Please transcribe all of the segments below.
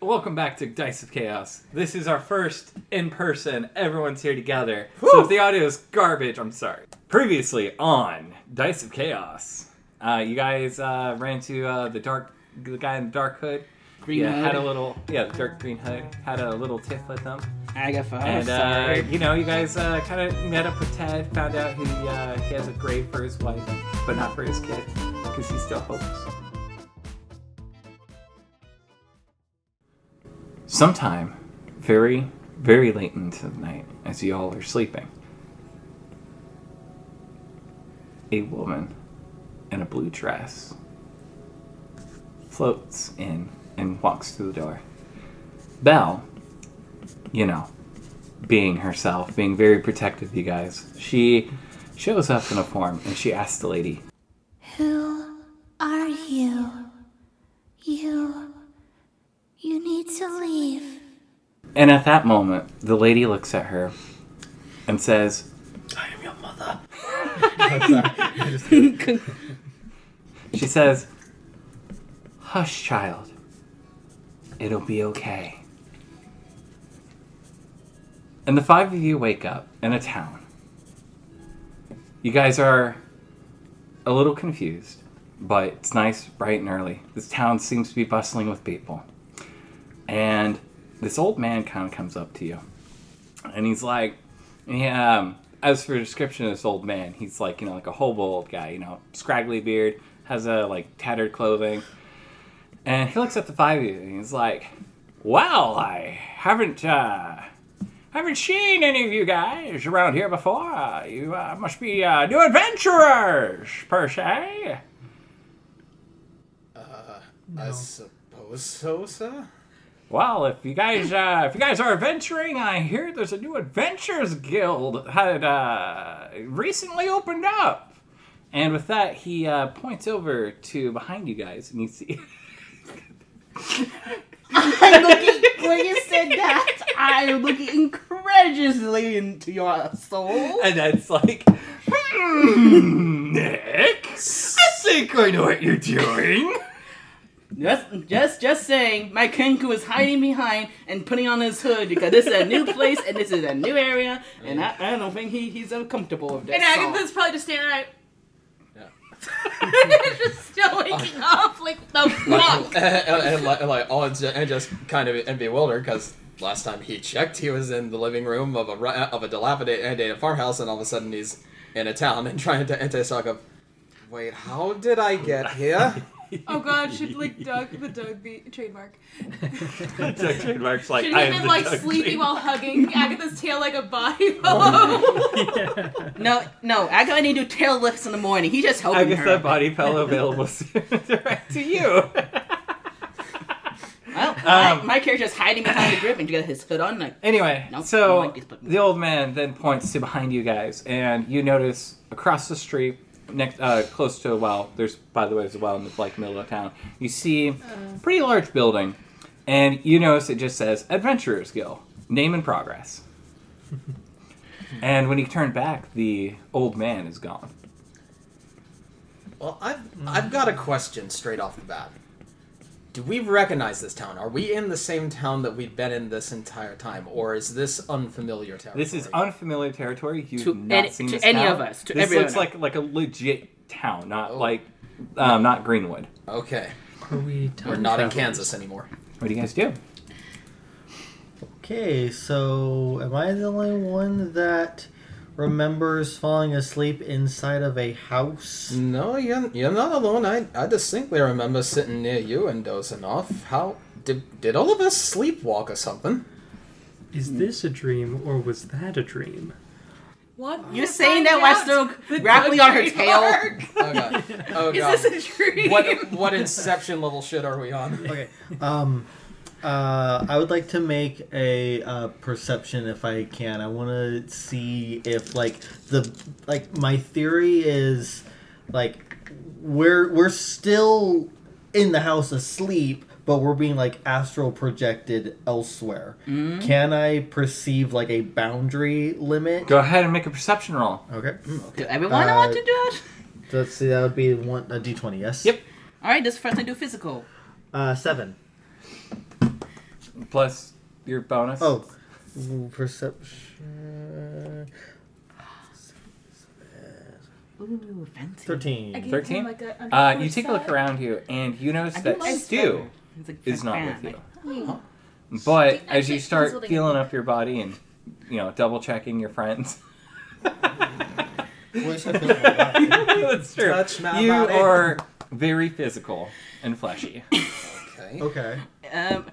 Welcome back to Dice of Chaos. This is our first in person. Everyone's here together. So if the audio is garbage, I'm sorry. Previously on Dice of Chaos, uh, you guys uh, ran to uh, the dark, the guy in the dark hood. Green yeah, had a hood. little, yeah, the dark green hood. Had a little tiff with him, Agatha. and uh, sorry. you know, you guys uh, kind of met up with Ted. Found out he uh, he has a grave for his wife, but not for his kid, because he still hopes. sometime very very late into the night as you all are sleeping a woman in a blue dress floats in and walks through the door belle you know being herself being very protective of you guys she shows up in a form and she asks the lady Who are you? You. You need to leave. And at that moment, the lady looks at her and says, I am your mother. she says, Hush, child. It'll be okay. And the five of you wake up in a town. You guys are a little confused, but it's nice, bright, and early. This town seems to be bustling with people. And this old man kind of comes up to you. And he's like, yeah, um, as for a description of this old man, he's like, you know, like a hobo old guy, you know, scraggly beard, has a like tattered clothing. And he looks at the five of you and he's like, well, I haven't, uh, haven't seen any of you guys around here before. Uh, you uh, must be uh, new adventurers, per se. I suppose so, sir. Well, if you guys uh, if you guys are adventuring, I hear there's a new adventures guild had uh, recently opened up. And with that, he uh, points over to behind you guys, and you see. I'm looking, when you said that, I'm looking incredulously into your soul. and that's like, hmm, Nick, I think I know what you're doing. Just, just, just saying, my Kenku is hiding behind and putting on his hood because this is a new place and this is a new area, and I, I don't think he, he's uncomfortable with this. And Agatha's probably just standing right. Yeah. just still waking up, like the and, fuck. and, eh, like, and like all in- and just kind of and bewildered because last time he checked, he was in the living room of a ru- of a dilapidated farmhouse, and all of a sudden he's in a town and trying to and to talk of. Wait, how did I get here? Oh god, should like Doug the Doug be trademark? Doug Trademark's like, Should "I he am have the been like Doug sleeping Trademark." while hugging Agatha's tail like a Bible? No, no, Agatha need to do tail lifts in the morning. He's just helping Agatha her. Body Pillow available soon, direct to you. Well, my, Um. my character's hiding behind the grip and you got his hood on. Like, Anyway, Nope, so don't like this button. the old man then points to behind you guys, and you notice across the street, next uh, close to a well. There's, by the way, there's a well in the like middle of town. You see a pretty large building, and you notice it just says Adventurers Guild, name and progress. and when you turn back, the old man is gone. Well, I've I've got a question straight off the bat. Do we recognize this town? Are we in the same town that we've been in this entire time, or is this unfamiliar territory? This is unfamiliar territory. You've To not any- seen to this any town. of us, to this everyone looks else. like like a legit town, not Oh. like um, not Greenwood. okay. Are we We're time not in travelers? Kansas anymore. What do you guys do? Okay, so am I the only one that remembers falling asleep inside of a house? No, you're, you're not alone. I, I distinctly remember sitting near you and dozing off. How did did all of us sleepwalk or something? Is this a dream or was that a dream? what? You're saying that while still grappling on her tail? Oh god. Oh god. Is this a dream? what what inception level shit are we on? Okay. Um uh I would like to make a uh perception if I can. I want to see if like the like my theory is like we're we're still in the house asleep but we're being like astral projected elsewhere. Mm-hmm. Can I perceive like a boundary limit? Go ahead and make a perception roll. Okay. Do everyone Uh, want to do it? So let's see. That would be one a D twenty. Yes. Yep. All right, this is first I do physical. Uh, seven. plus your bonus. Oh, Ooh, perception. Ooh, fancy. I Thirteen. gave him, 13? Like a, a Uh, you good take a look side. around you, and you notice I do that like Stu It's like is a not fan, Um, with you. like- Oh, But Actually, as you he's start holding a feeling book. up your body and, you know, double checking your friends, Wish I could have done that. that's true. Touch my you body. are very physical and fleshy. Okay. okay. Um,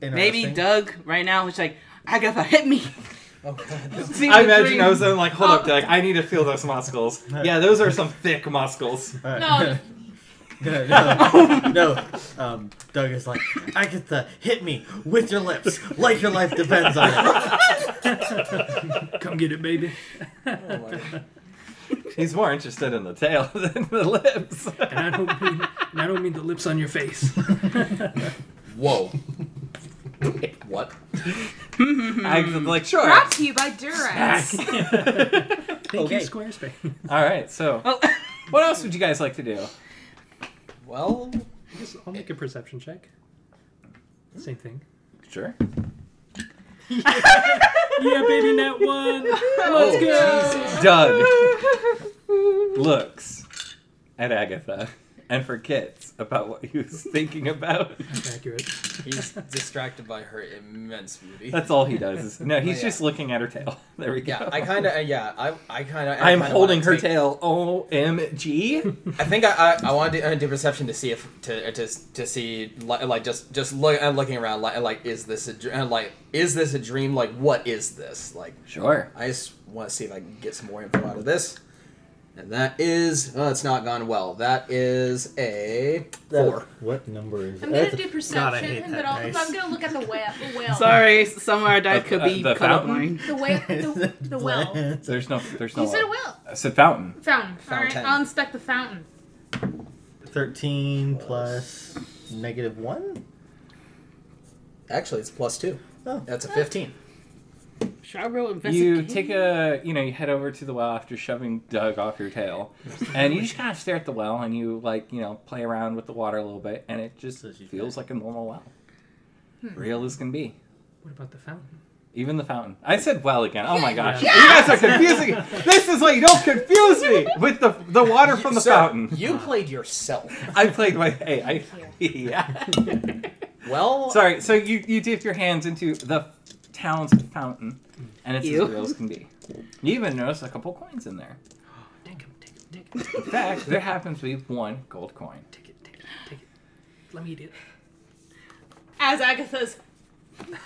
maybe Interesting. Doug right now is like, Agatha, hit me. Oh, Okay. See I the imagine dream. I was then like, hold up, Oh. Doug, I need to feel those muscles. Yeah, those are some thick muscles. All right. No. no, no. Um, Doug is like, Agatha, hit me with your lips, like your life depends on it. Come get it, baby. Oh my- He's more interested in the tail than the lips. And Hmm. I don't mean, and I don't mean the lips on your face. Whoa. what? I was like, sure. Brought to you by Durex. Thank Okay. you, Squarespace. All right, so Oh, what else would you guys like to do? Well, I guess I'll make a perception check. Same thing. Sure. Yeah, baby, net one. Let's go. Doug looks at Agatha and forgets about what he was thinking about. That's accurate. he's distracted by her immense beauty. That's all he does. Is, no, he's Oh, Yeah. just looking at her tail. There we go. yeah, I kind of, yeah, I, I kind of. I'm holding her tail. OMG. I think I, I, I want to do, uh, do perception to see if to uh, to, to see like, like just just look uh, looking around like like is this a dr- uh, like is this a dream like what is this like Sure. I just want to see if I can get some more info out of this, and that is oh it's not gone well that is a four What number is I'm that? gonna do God, I perception, hate and that then I'll, dice. I'm gonna look at the well. The well. sorry, somewhere our dive could Uh, be the fountain? colorblind. The well. The, the well. You There's no. There's no. said a wall. well. I said fountain. Fountain. All Fountain. right, I'll inspect the fountain. Thirteen plus negative one. actually it's plus two Oh. that's a fifteen Charbro You investigate. take a, you know, you head over to the well after shoving Doug off your tail, and you just kind of stare at the well, and you like, you know, play around with the water a little bit, and it just So she- feels like a normal well, real as can be. What about the fountain? Even the fountain. I said well again. Oh my gosh, you guys are confusing. this is why you don't confuse me with the the water from the Sir, fountain. you played yourself I played my hey, I yeah. well Sorry. So you you dip your hands into the town's fountain, and it's Ew. as real as can be. You even notice a couple coins in there. Take him, take him, take him, In fact, there happens to be one gold coin. take it, take it, take it. Let me eat it. As Agatha's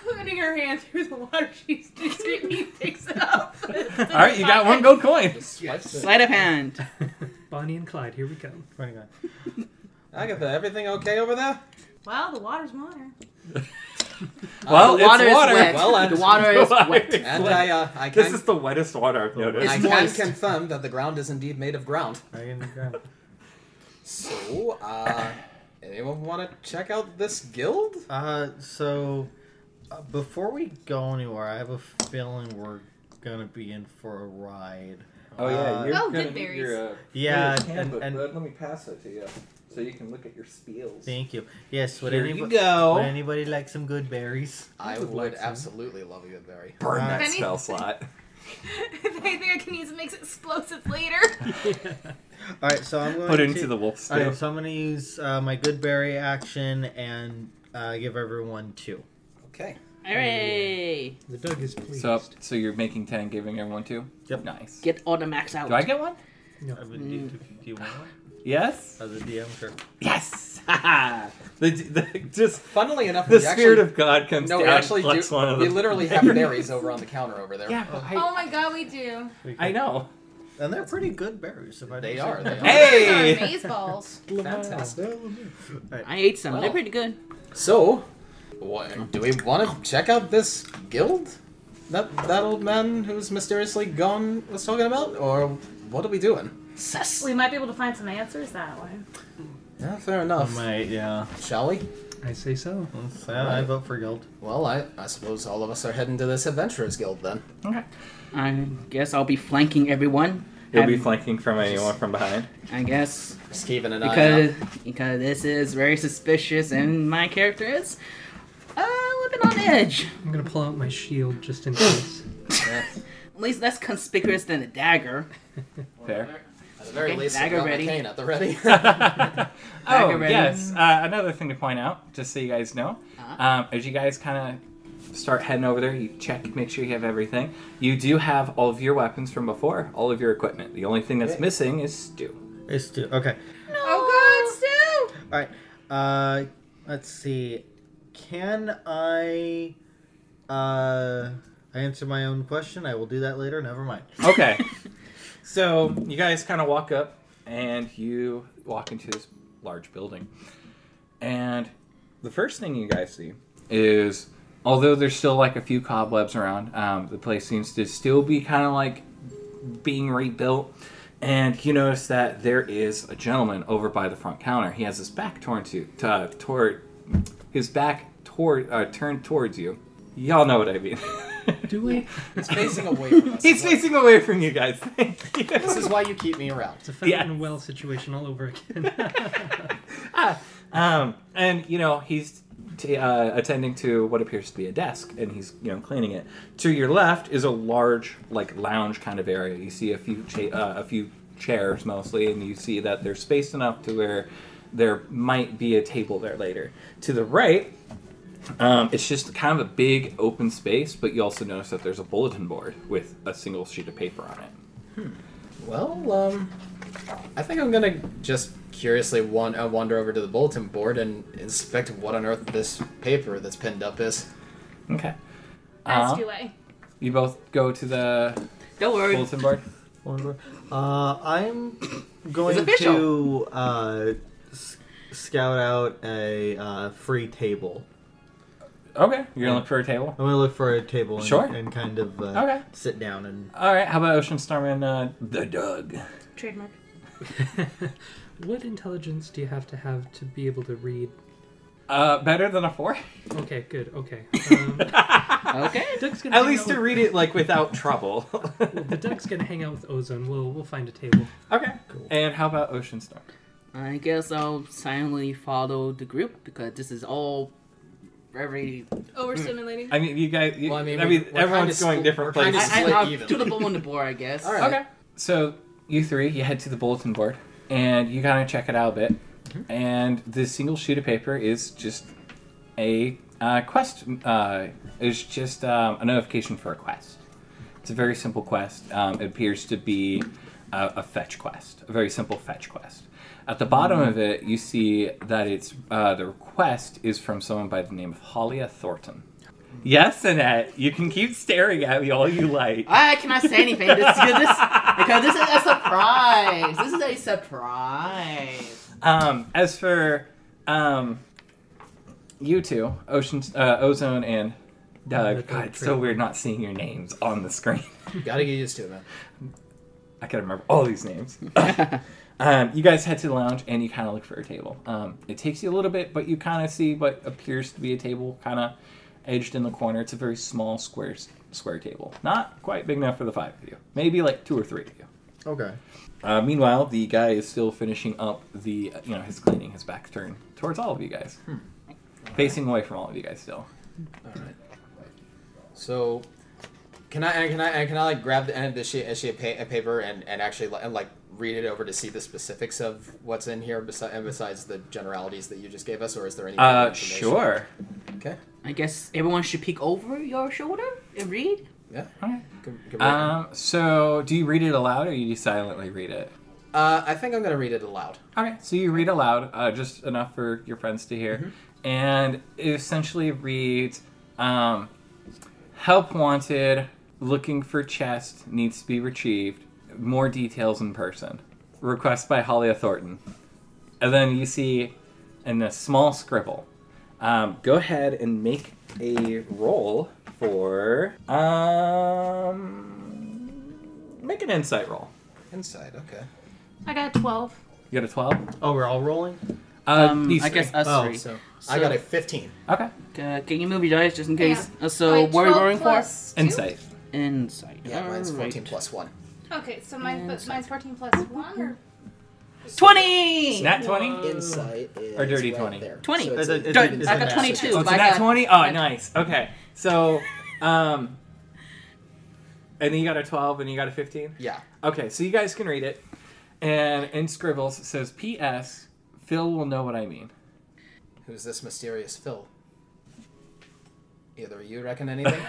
putting her hand through the water, she discreetly picks it up. All right, you got one gold coin. swipes it. Sleight of hand. Bonnie and Clyde, here we go. Running on. Agatha everything okay over there Well, the water's water. Well, Oh, the water it's is water. wet. Well, I- the water is wet. and I uh, I This can is the wettest water I've noticed. I It's can moist. confirm that the ground is indeed made of ground. Right in the ground. So, uh, anyone want to check out this guild? Uh, so uh, before we go anywhere, I have a feeling we're gonna be in for a ride. Oh Uh, yeah, you're Oh, gonna good need berries. your uh, Yeah, player's and- handbook, and- bud. let me pass it to you so you can look at your spiels. Thank you. Yes. Would Here anybody? you Would go. anybody like some good berries? I I would would like some. absolutely love a good berry. Burn If that anything- spell slot. if anything, I can use it makes explosives later. All right, so I'm going Put to into the wolf All stew. right, so I'm going to use uh, my good berry action and uh, give everyone two. Okay. Hooray! The Doug is pleased. So, so you're making ten, giving everyone two. Yep. Nice. Get all the max out. Do I get one? I Mm. would do, do you want one? Yes. As a DM, sure. Yes. the, the just Funnily enough, the we spirit actually, of God comes no, we down. and actually plucks do. one of we the- literally have berries over on the counter over there. Yeah, but oh I, my god, we do. I know. And they're pretty good berries. If I They do say are, so. they are. These are Hey. maze balls. Fantastic. I ate some. They're Well. pretty good. So, what, do we want to check out this guild? That that old man who's mysteriously gone was talking about, or what are we doing? We might be able to find some answers that way. Yeah, fair I enough. might, yeah. Um, Shall we? I say so. So, I vote for gold. Well, I, I suppose all of us are heading to this adventurers guild then. Okay. I guess I'll be flanking everyone. You'll be Um, flanking from anyone from behind. I guess Just keeping an eye because out. because this is very suspicious and my character is a little bit on edge. I'm gonna pull out my shield just in case. At least less conspicuous than a dagger. Fair. At the very Okay, least, dagger I got my ready. cane at the ready. Oh, ready. yes. Uh, another thing to point out, just so you guys know, um, as you guys kind of start heading over there, you check, make sure you have everything. You do have all of your weapons from before, all of your equipment. The only thing that's missing is Stu. It's two. Okay. Oh God, Stu! All right. Uh, let's see. Can I? Uh, I answer my own question. I will do that later. Never mind. Okay. so you guys kind of walk up and you walk into this large building. And the first thing you guys see is, although there's still like a few cobwebs around, um, the place seems to still be kind of like being rebuilt. And you notice that there is a gentleman over by the front counter. He has his back torn to, to uh, toward his back toward uh, turned towards you. Y'all know what I mean. Do we? He's facing away from us. He's facing away from you guys. Thank you. This is why you keep me around. It's a fountain Yeah. well situation all over again. Um, and you know he's t- uh, attending to what appears to be a desk, and he's you know cleaning it. To your left is a large like lounge kind of area. You see a few cha- uh, a few chairs mostly, and you see that they're spaced enough to where there might be a table there later. To the right. Um, it's just kind of a big open space, but you also notice that there's a bulletin board with a single sheet of paper on it. Well, um, I think I'm gonna just curiously wan- uh, wander over to the bulletin board and inspect what on earth this paper that's pinned up is. Okay. As Uh, do I. Um, you both go to the Don't worry. bulletin board. Wonder- Uh, I'm It's going official. to uh, s- scout out a uh, free table. Okay, you're gonna look for a table. I'm gonna look for a table and, Sure. and kind of uh, Okay. sit down and All right, how about Ocean Storm and uh, the Doug? Trademark. what intelligence do you have to have to be able to read? Uh, better than a four. Okay, good. Okay. Um, Okay. Doug's gonna At hang least out to read it like without trouble. with, the Doug's gonna hang out with Ozone. We'll we'll find a table. okay. And how about Ocean Storm? I guess I'll silently follow the group because this is all very. Overstimulating. I mean, you guys. You, Well, I I mean, mean, we're- we're everyone's kinda going split- different we're kinda places. I, I, Split I'll even. do the bull on the board, I guess. All right. Okay. So you three, you head to the bulletin board, and you kind of check it out a bit. Mm-hmm. And the single sheet of paper is just a uh, quest. Uh, is just um, a notification for a quest. It's a very simple quest. Um, it appears to be a, a fetch quest, a very simple fetch quest. At the bottom of it, you see that it's uh, the request is from someone by the name of Hollia Thornton. Yes, Annette, you can keep staring at me all you like. I cannot say anything this, because, this, because this is a surprise. This is a surprise. Um, as for um, you two, Ocean, uh, Ozone, and the Doug, God, third it's so tree. weird not seeing your names on the screen. Gotta get used to it, man. I can remember all these names. um, you guys head to the lounge and you kind of look for a table. Um, it takes you a little bit, but you kind of see what appears to be a table, kind of edged in the corner. It's a very small square square table, not quite big enough for the five of you. Maybe like two or three of you. okay. Uh, meanwhile, the guy is still finishing up the, you know, his cleaning, his back turn towards all of you guys. Hmm. Facing away from all of you guys still. All right. So, can I and can I and can I like grab the end of the sheet, sheet of pa- paper and and actually li- and like read it over to see the specifics of what's in here besi- and besides the generalities that you just gave us, or is there any? Uh, other information? sure. Okay. I guess everyone should peek over your shoulder and read. Yeah. Alright. Can- can we- Um, so, do you read it aloud or you just silently read it? uh, I think I'm gonna read it aloud. Okay, so you read aloud, uh, just enough for your friends to hear, and it essentially reads um, Help wanted, looking for chest, needs to be retrieved. More details in person. Request by Holly Thornton. And then you see in a small scribble um, go ahead and make a roll for. Um, make an insight roll. Inside. Okay. I got 12. You got a 12? Oh, we're all rolling. Uh, Um, these I three. guess us Oh, three. So, I got a 15. Okay. Uh, can you move your dice just in case? Yeah. Uh, so what are we rolling for? Insight. Insight. Yeah, mine's Alright. 14 plus one. Okay, so mine, but Inside. mine's 14 plus 1 or Twenty. Nat 20? Insight is Or dirty right 20. there. 20. So it's It's a- a- it's a- it's it's a natural. a nat Oh, it's a I nat got- 20? I Oh, got- nice. Okay. So, um, and then you got a 12 and you got a 15? Yeah. Okay, so you guys can read it. And in scribbles it says, P.S. Phil will know what I mean. Who's this mysterious Phil? Either of you reckon anything?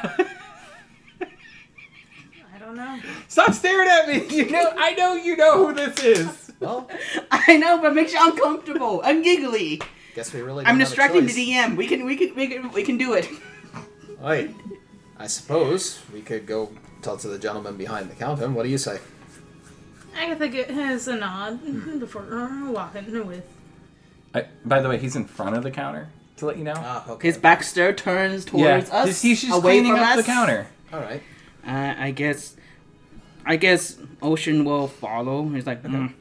I don't know. Stop staring at me! You know, I know you know who this is. well, I know, but makes you uncomfortable. I'm giggly. guess we really. Don't I'm have a distracting the choice. DM. We can, we can, we can, we can do it. Wait, I suppose we could go talk to the gentleman behind the counter. What do you say? Agatha get- has a nod Hmm. before walking with. I, by the way, he's in front of the counter to let you know. Ah, okay. His back stair turns towards yeah, us. just- he's just away cleaning from up the us. counter. All right. Uh, I guess, I guess Ocean will follow. He's like, mm. and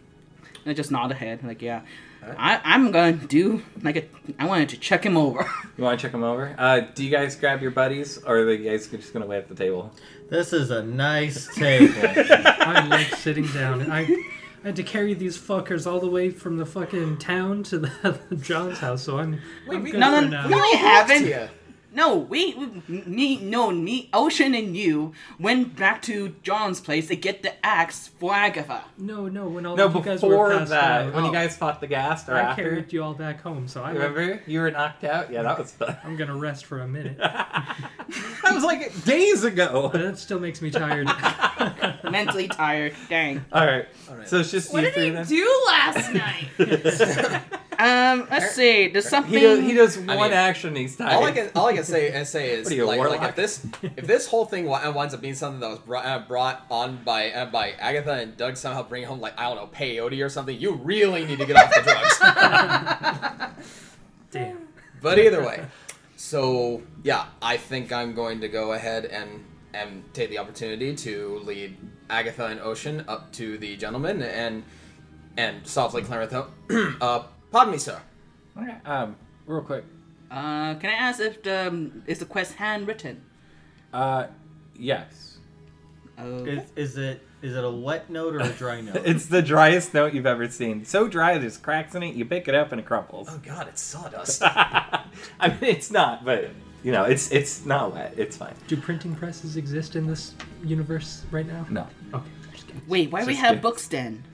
I just nod ahead. Like, yeah, I, I'm gonna do like a. I wanted to check him over. You want to check him over? Uh, do you guys grab your buddies, or are you guys just gonna wait at the table? This is a nice table. I like sitting down. and I, I had to carry these fuckers all the way from the fucking town to the, John's house, so I'm, I'm good no, for no, now. no, we haven't. Yeah. No, we, we- me, no, me, Ocean and you went back to John's place to get the axe for Agatha. No, no, when all No, of you guys were before passed that, out, when you Oh. guys fought the ghast, or I after, carried you all back home, so I remember you were knocked out. Yeah, that was fun. I'm gonna rest for a minute. that was like days ago. But that still makes me tired. Mentally tired, dang. All right, All right. so it's just What you did three he then. do last night? Um, let's see. There's something. He does, he does one mean, action each time. All I can all I can say and say is What are you, a like, like warlock? if this if this whole thing wi- winds up being something that was brought, uh, brought on by uh, by Agatha and Doug somehow bring home like I don't know peyote or something, you really need to get off the drugs. Damn. but either way, so yeah, I think I'm going to go ahead and and take the opportunity to lead Agatha and Ocean up to the gentleman and and softly clear the uh, pardon me, sir. Okay, um, real quick. Uh, can I ask if the um, is the quest handwritten? Uh, yes. Uh, is, is it is it a wet note or a dry note? It's the driest note you've ever seen. So dry there's cracks in it. You pick it up and it crumples. Oh God, it's sawdust. I mean, it's not, but you know, it's it's not wet. It's fine. Do printing presses exist in this universe right now? No. Okay, just kidding. wait, why do we Just have good. books then?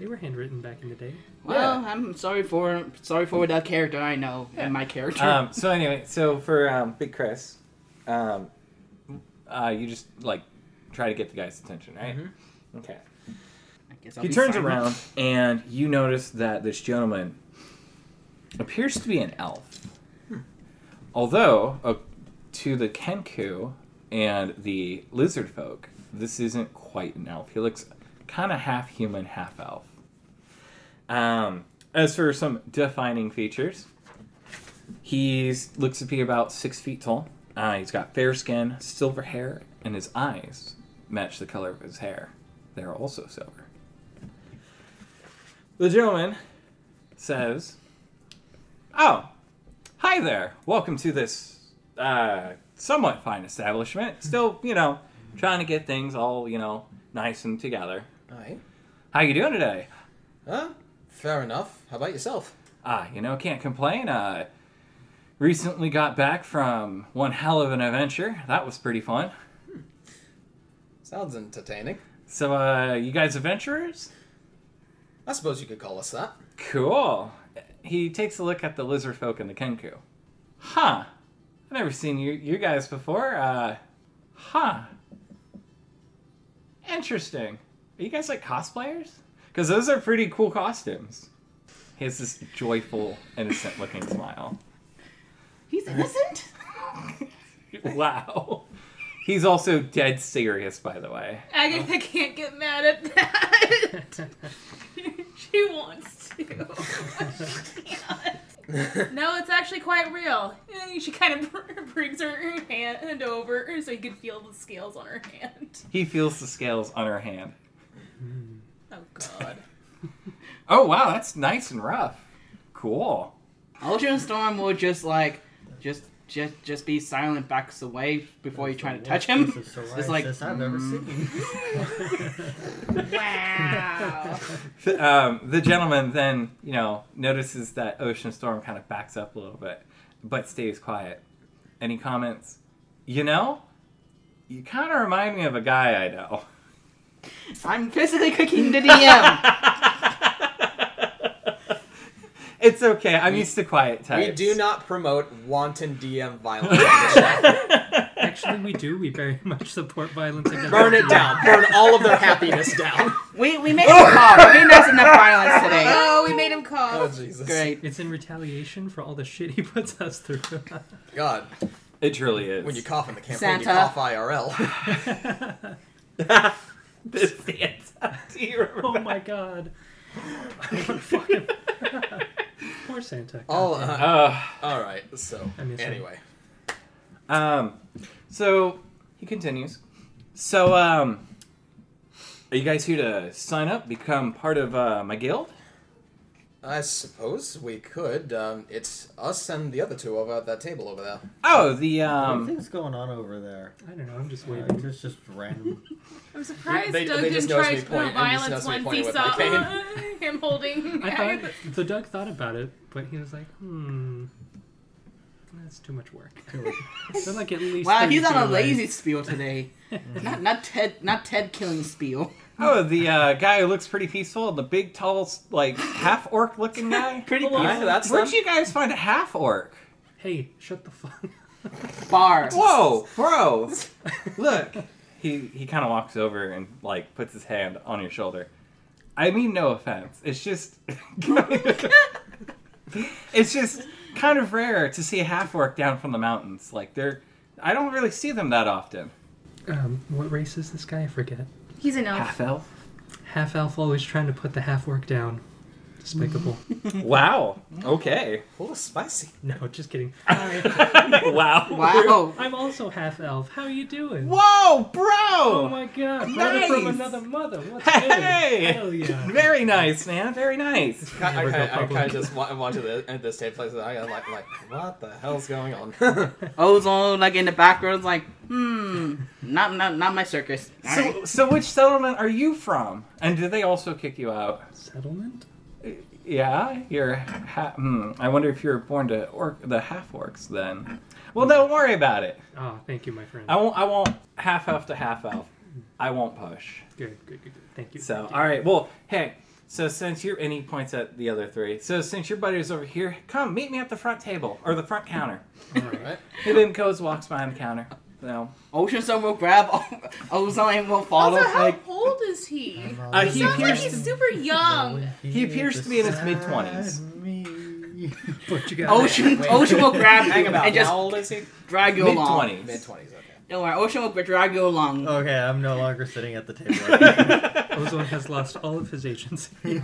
They were handwritten back in the day. Well, I'm sorry for sorry for that character I know and my character. Um, so anyway, so for um, Big Chris, um, uh, you just like try to get the guy's attention, right? Okay. I guess I'll he be turns silent. around and you notice that this gentleman appears to be an elf. Hmm. Although, uh, to the Kenku and the lizard folk, this isn't quite an elf. He looks kind of half human, half elf. Um, as for some defining features, he looks to be about six feet tall. Uh, he's got fair skin, silver hair, and his eyes match the color of his hair. They're also silver. The gentleman says, Oh, hi there. Welcome to this uh, somewhat fine establishment. Still, you know, trying to get things all, you know, nice and together. all right. How you doing today? Huh? Fair enough. How about yourself? Ah, you know, can't complain. Uh, recently got back from one hell of an adventure. That was pretty fun. Sounds entertaining. So, uh, you guys adventurers? I suppose you could call us that. Cool. He takes a look at the lizard folk and the kenku. Huh. I've never seen you you guys before. Uh huh. Interesting. Are you guys like cosplayers? Because those are pretty cool costumes. He has this joyful, innocent looking smile. He's innocent. Wow. He's also dead serious, by the way. Oh. Agatha can't get mad at that. she wants to. She can't. no, it's actually quite real. Eh, She kind of brings her hand over so you can feel the scales on her hand. He feels the scales on her hand. Oh god. Oh wow, that's nice and rough. Cool. Ocean Storm will just like just just just be silent, backs away before you try to Worst touch piece him. of It's like- psoriasis I've ever mm. seen. Wow. Th- um, the gentleman then, you know, notices that Ocean Storm kind of backs up a little bit, but stays quiet. And he comments, You know, you kind of remind me of a guy I know. I'm physically cooking the DM. It's okay. I'm used to quiet We types. do not promote wanton DM violence. on this show. Actually, we do. We very much support violence against. Burn it down. Burn all of their happiness down. we we made a call. I think that's enough violence today. Oh, we made him cough. Oh Jesus. Great. It's in retaliation for all the shit he puts us through. God. It truly is. When you cough in the campaign, you Santa. cough IRL. this dance, do you remember? oh my god. I don't fucking- Poor Santa. All, uh, Uh, all right. So I miss him. anyway, Um, so he continues. So, um, are you guys here to sign up, become part of uh, my guild? I suppose we could. Um, it's us and the other two over at that table over there. Oh, the what um, things going on over there? I don't know. I'm just Uh, waiting. there's just random. I'm surprised They- they Doug just didn't noticed try me to promote pointing- they violence just noticed me once he pointing saw with my him holding. I thought the Doug thought about it, but he was like, "Hmm, that's too much work." so like at least. Wow, he's 32 on a hours. lazy spiel today. not not Ted not Ted killing spiel. oh, the uh, guy who looks pretty peaceful, the big, tall, like half orc looking guy. Pretty Yeah, cool. that's Where'd them. you guys find a half orc? Hey, shut the fuck. Bar. Whoa, bro! Look, he he kind of walks over and like puts his hand on your shoulder. I mean, no offense. It's just, it's just kind of rare to see a half orc down from the mountains. Like they're, I don't really see them that often. Um, what race is this guy? I forget. He's an elf. Ah. Half elf. Half elf, always trying to put the half work down. Despicable. Wow. Okay. A little spicy. no, just kidding. wow. Wow. I'm also half elf. How you doing? Whoa, bro! Oh my god, brother from Nice! another mother. What's Hey! good? Hell yeah. Very nice, man. Very nice. I, I, Never go I, I kind public. of just wa- watch it at this tape place. and I got like, like, what the hell's going on? Ozone like in the background like, hmm, not not not my circus. All right. So, so which settlement are you from? And do they also kick you out? Settlement? Yeah, you're. Ha- hmm, I wonder if you were born to orc, the half orcs then. Well, don't worry about it. Oh, thank you, my friend. I won't. I won't half elf to half elf. I won't push. Good, good, good, good. Thank you. So, thank you. all right. Well, hey. So since you're, and he points at the other three. So since your buddy's over here, come meet me at the front table or the front counter. right? He then goes, walks behind the counter. No, Ocean Sun will grab O- Ozone and will follow. Also, how like, old is he? uh, he Sounds like appears. he's super young. he appears to be in his mid-twenties. But you got Ocean, Ocean will grab Hang you about. and just how old is he? drag you Mid along. Mid twenties. twenties. Okay. Don't worry, Ocean will drag you along. Oh. Okay, I'm no longer sitting at the table. Ozone has lost all of his agency.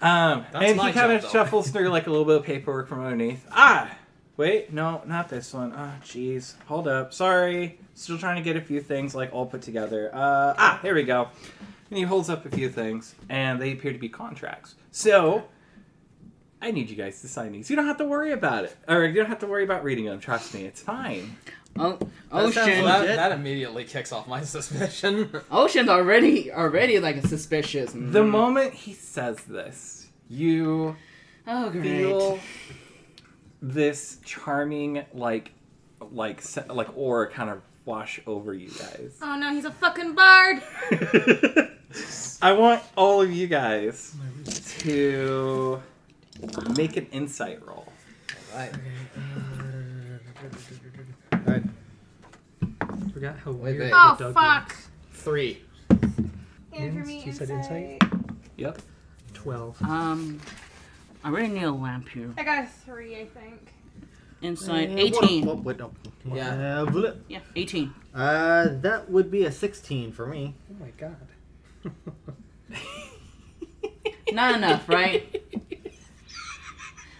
Um, That's and my he kind of job, though. shuffles through like a little bit of paperwork from underneath. Ah, wait, no, not this one. Ah, jeez, hold up, sorry. Still trying to get a few things like all put together. Uh, ah, here we go. And he holds up a few things, and they appear to be contracts. So, I need you guys to sign these. You don't have to worry about it, or you don't have to worry about reading them. Trust me, it's fine. O- That, sounds- Oh, Ocean, that, that immediately kicks off my suspicion. Ocean's already already like suspicious. The Mm. moment he says this, you oh great. feel this charming like like se- like aura kind of wash over you guys. Oh no, he's a fucking bard. I want all of you guys to make an insight roll. Right. Alright, Forgot how Wait, weird. wait. the Oh Doug fuck. was. Three. Yeah, for me, You said insight? Yep. Twelve. Um, I really need a lamp here. I got a three, I think. Inside, eighteen. Yeah. Uh, bleh. Yeah, eighteen. Uh, that would be a 16 for me. Oh my god. Not enough, right?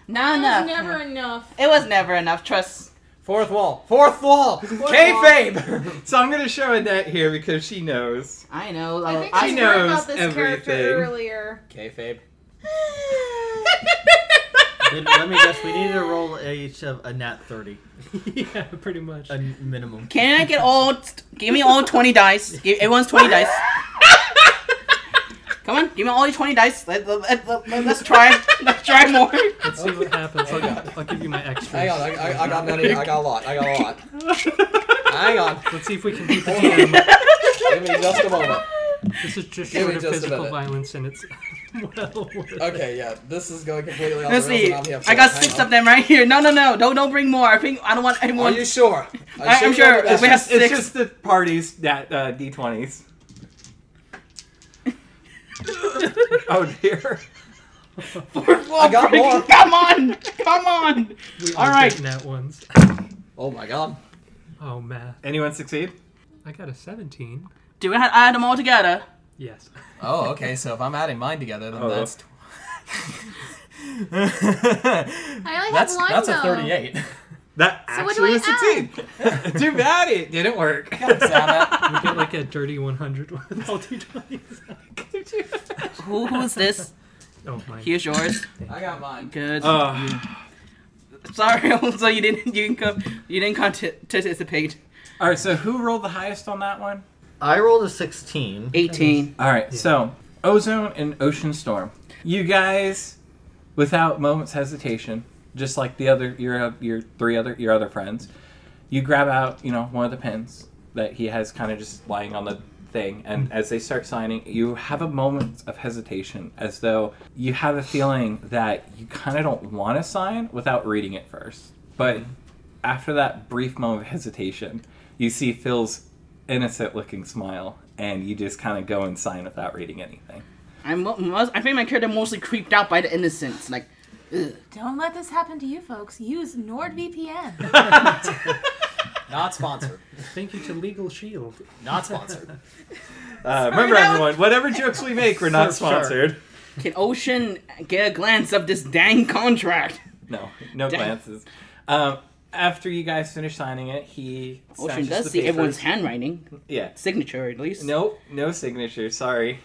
Not enough. That's never enough. It was never enough. Trust. Fourth wall. Fourth wall. Kayfabe. So I'm gonna show Annette here because she knows. I know. I uh, think I- she knows heard about this character everything. earlier. Kayfabe. Let, let me guess. We need to roll each of a nat thirty, yeah, pretty much. a minimum. Can I get all? Give me all twenty dice. Give everyone's twenty dice. Come on, give me all your twenty dice. Let, let, us try. Let's try more. Let's see what happens. I'll, give- I'll give you my Oh Hang on, I, extras. I, I got money. I got a lot. I got a lot. Hang on, Let's see if we can beat the DM. give me just a moment. This is just Give me short of just a physical minute. violence, and it's well worth it. Okay, yeah, this is going completely off Let's the rails. see. and I'm here for I it. got Hang six on. of them right here. No, no, no. Don't don't bring more. I think I don't want Are anyone. you sure? I- I'm you sure. are the We have best. It's six. just the parties nat uh, d20s. oh dear. I got more. Come on, come on. We All all right. right, nat ones. Oh my god. Oh man, Anyone succeed? I got a seventeen. Do we have add them all together? Yes. Oh, okay. So if I'm adding mine together, then Oh. that's. Tw- I only that's have one that's though. a 38. That So what do actually I was succeed. Too bad it didn't work. Zana. You get like a dirty one hundred with all two twenties. Who who's this? Oh my. Here's yours. I got mine. Good. Uh, Sorry, also you didn't you didn't come you didn't come to to anticipate. all right. So who rolled the highest on that one? I rolled a sixteen. Eighteen. All right, so ozone and ocean storm. You guys, without moments hesitation, just like the other your your three other your other friends, you grab out you know one of the pens that he has kind of just lying on the thing, and as they start signing, you have a moment of hesitation, as though you have a feeling that you kind of don't want to sign without reading it first, but. After that brief moment of hesitation, you see Phil's innocent looking smile and you just kind of go and sign without reading anything. I mo- must, I think my character mostly creeped out by the innocence. Like, ugh. Don't let this happen to you folks. Use NordVPN. Not sponsored. Thank you to Legal Shield. Not sponsored. Uh, remember, everyone, whatever jokes we make, we're not For sure. sponsored. can Ocean get a glance of this dang contract? No, no Damn. glances. Um, after you guys finish signing it, he Ocean snatches does the see everyone's papers. handwriting, Yeah. signature at least. Nope, no signature. Sorry.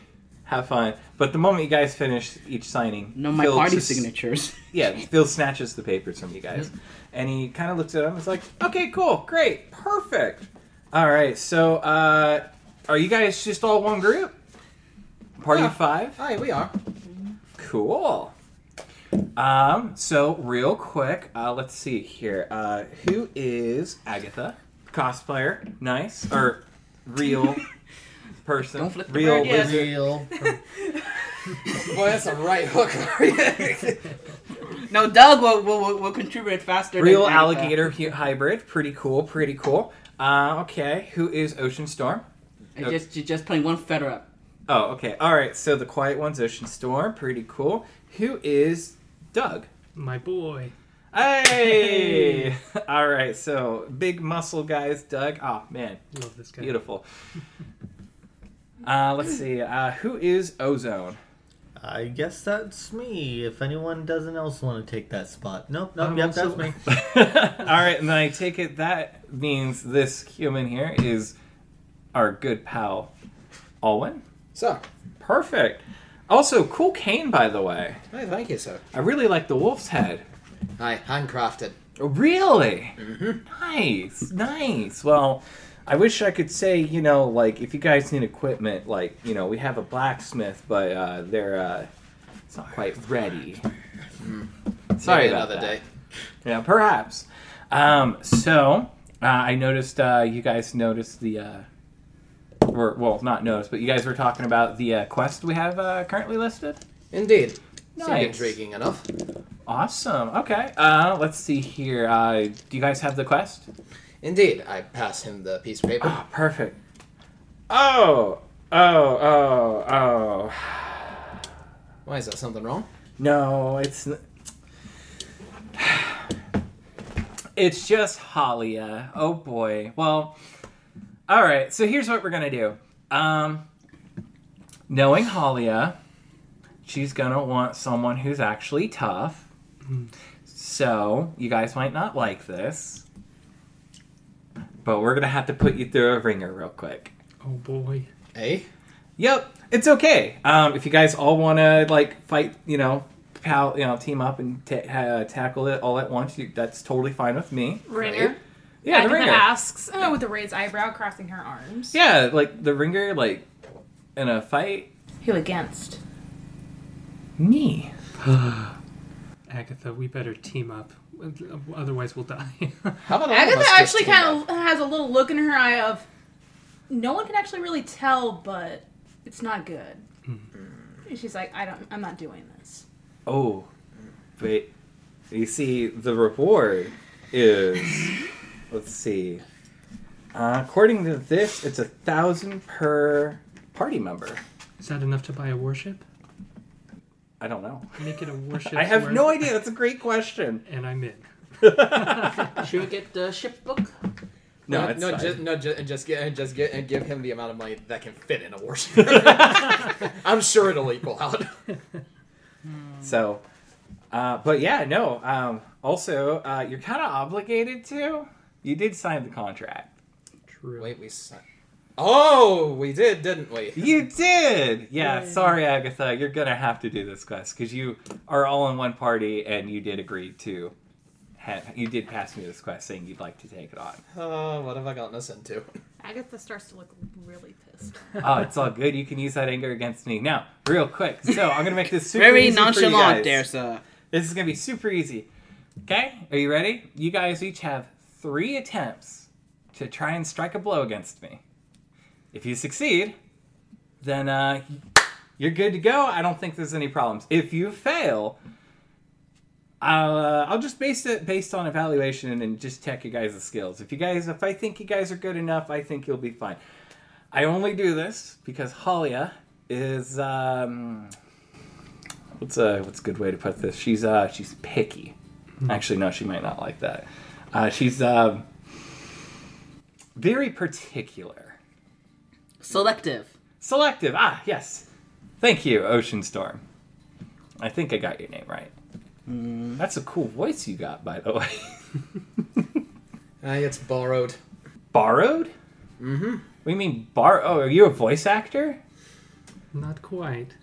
Have fun. But the moment you guys finish each signing, no my Phil party just- signatures. Yeah, Phil snatches the papers from you guys, Mm-hmm. and he kind of looks at them. and is like, "Okay, cool, great, perfect. All right, so uh, are you guys just all one group? Party Yeah. of five? Hi, we are. Cool. Um, so real quick, uh, let's see here. Uh, who is Agatha? Cosplayer, nice or real person? Don't flip the real bird yet. wizard. Real. Boy, that's a right hook. No, Doug will will, will, will contribute faster. than Real Agatha. alligator hu- hybrid. Pretty cool. Pretty cool. Uh, okay, who is Ocean Storm? I just you just playing one feather up. Oh, okay. All right. So the quiet one's Ocean Storm. Pretty cool. Who is Doug? My boy. Hey! All right. So big muscle guys, Doug. Oh man, Love this guy. beautiful. Uh, let's see. Uh, who is Ozone? I guess that's me. If anyone doesn't else want to take that spot, nope, nope, I'm yep, also- that's me. All right, and then I take it that means this human here is our good pal, Alwyn. so, Perfect. Also, cool cane, by the way. hey, thank you, sir. I really like the wolf's head. Hi, handcrafted. Oh, Really? Mm-hmm. Nice, nice. Well, I wish I could say, you know, like if you guys need equipment, like you know, we have a blacksmith, but uh, they're uh, it's not quite ready. Mm-hmm. Sorry Maybe about another that. day. Yeah, perhaps. Um, so uh, I noticed uh, you guys noticed the. Uh, or, well, not noticed, but you guys were talking about the uh, quest we have uh, currently listed. Indeed. Seemed Nice. intriguing enough. Awesome. Okay. Uh, let's see here. Uh, do you guys have the quest? Indeed, I pass him the piece of paper. Oh, perfect. Oh, oh, oh, oh. Why is that something wrong? No, it's. N- it's just Halia. Oh boy. Well, all right. So here's what we're gonna do. Um, knowing Halia, she's gonna want someone who's actually tough. So you guys might not like this, but we're gonna have to put you through a ringer real quick. Oh boy. Eh? Yep, it's okay. Um, if you guys all want to like fight, you know, pal, you know, team up and ta uh, tackle it all at once, you, that's totally fine with me. Ringer. Yeah, Back the of ringer. asks. Oh, with the raised eyebrow crossing her arms. Yeah, like the ringer, like in a fight, Who against? me. Agatha, we better team up. Otherwise, we'll die. How about all of Agatha us Oh, just actually team kind up? of has a little look in her eye of, no one can actually really tell, but it's not good. Hmm. And She's like, I don't, I'm not doing this. Oh, but you see, the reward is let's see. Uh, according to this, it's a thousand per party member. Is that enough to buy a warship? I don't know. Make it a warship. I have worth- no idea. That's a great question. And I'm in. Should we get the ship book? No, no, it's no, fine. just, no, just, and just get, and just get, and give him the amount of money that can fit in a warship. I'm sure it'll equal out. So, uh, but yeah, no. Um, also, uh, you're kind of obligated to. You did sign the contract. True. Wait, we. si- Oh, we did, didn't we? You did. Yeah. Sorry, Agatha. You're gonna have to do this quest because you are all in one party, and you did agree to. Ha- you did pass me this quest saying you'd like to take it on. Oh, what have I gotten us into? Agatha starts to look really pissed. oh, it's all good. You can use that anger against me now, real quick. So I'm gonna make this super Very easy for you guys. nonchalant there, sir. This is gonna be super easy. Okay, are you ready? You guys each have three attempts to try and strike a blow against me. If you succeed, then uh, you're good to go. I don't think there's any problems. If you fail, I'll, uh, I'll just base it based on evaluation and just check your guys' skills. If you guys, if I think you guys are good enough, I think you'll be fine. I only do this because Halia is um, what's a what's a good way to put this? She's uh she's picky. Actually, no, she might not like that. Uh, she's uh, very particular, Selective. selective. Ah, yes. Thank you, Ocean Storm. I think I got your name right. That's a cool voice you got, by the way. I Uh, it's borrowed. Borrowed? Mm-hmm. We mean bar. Oh, are you a voice actor? Not quite.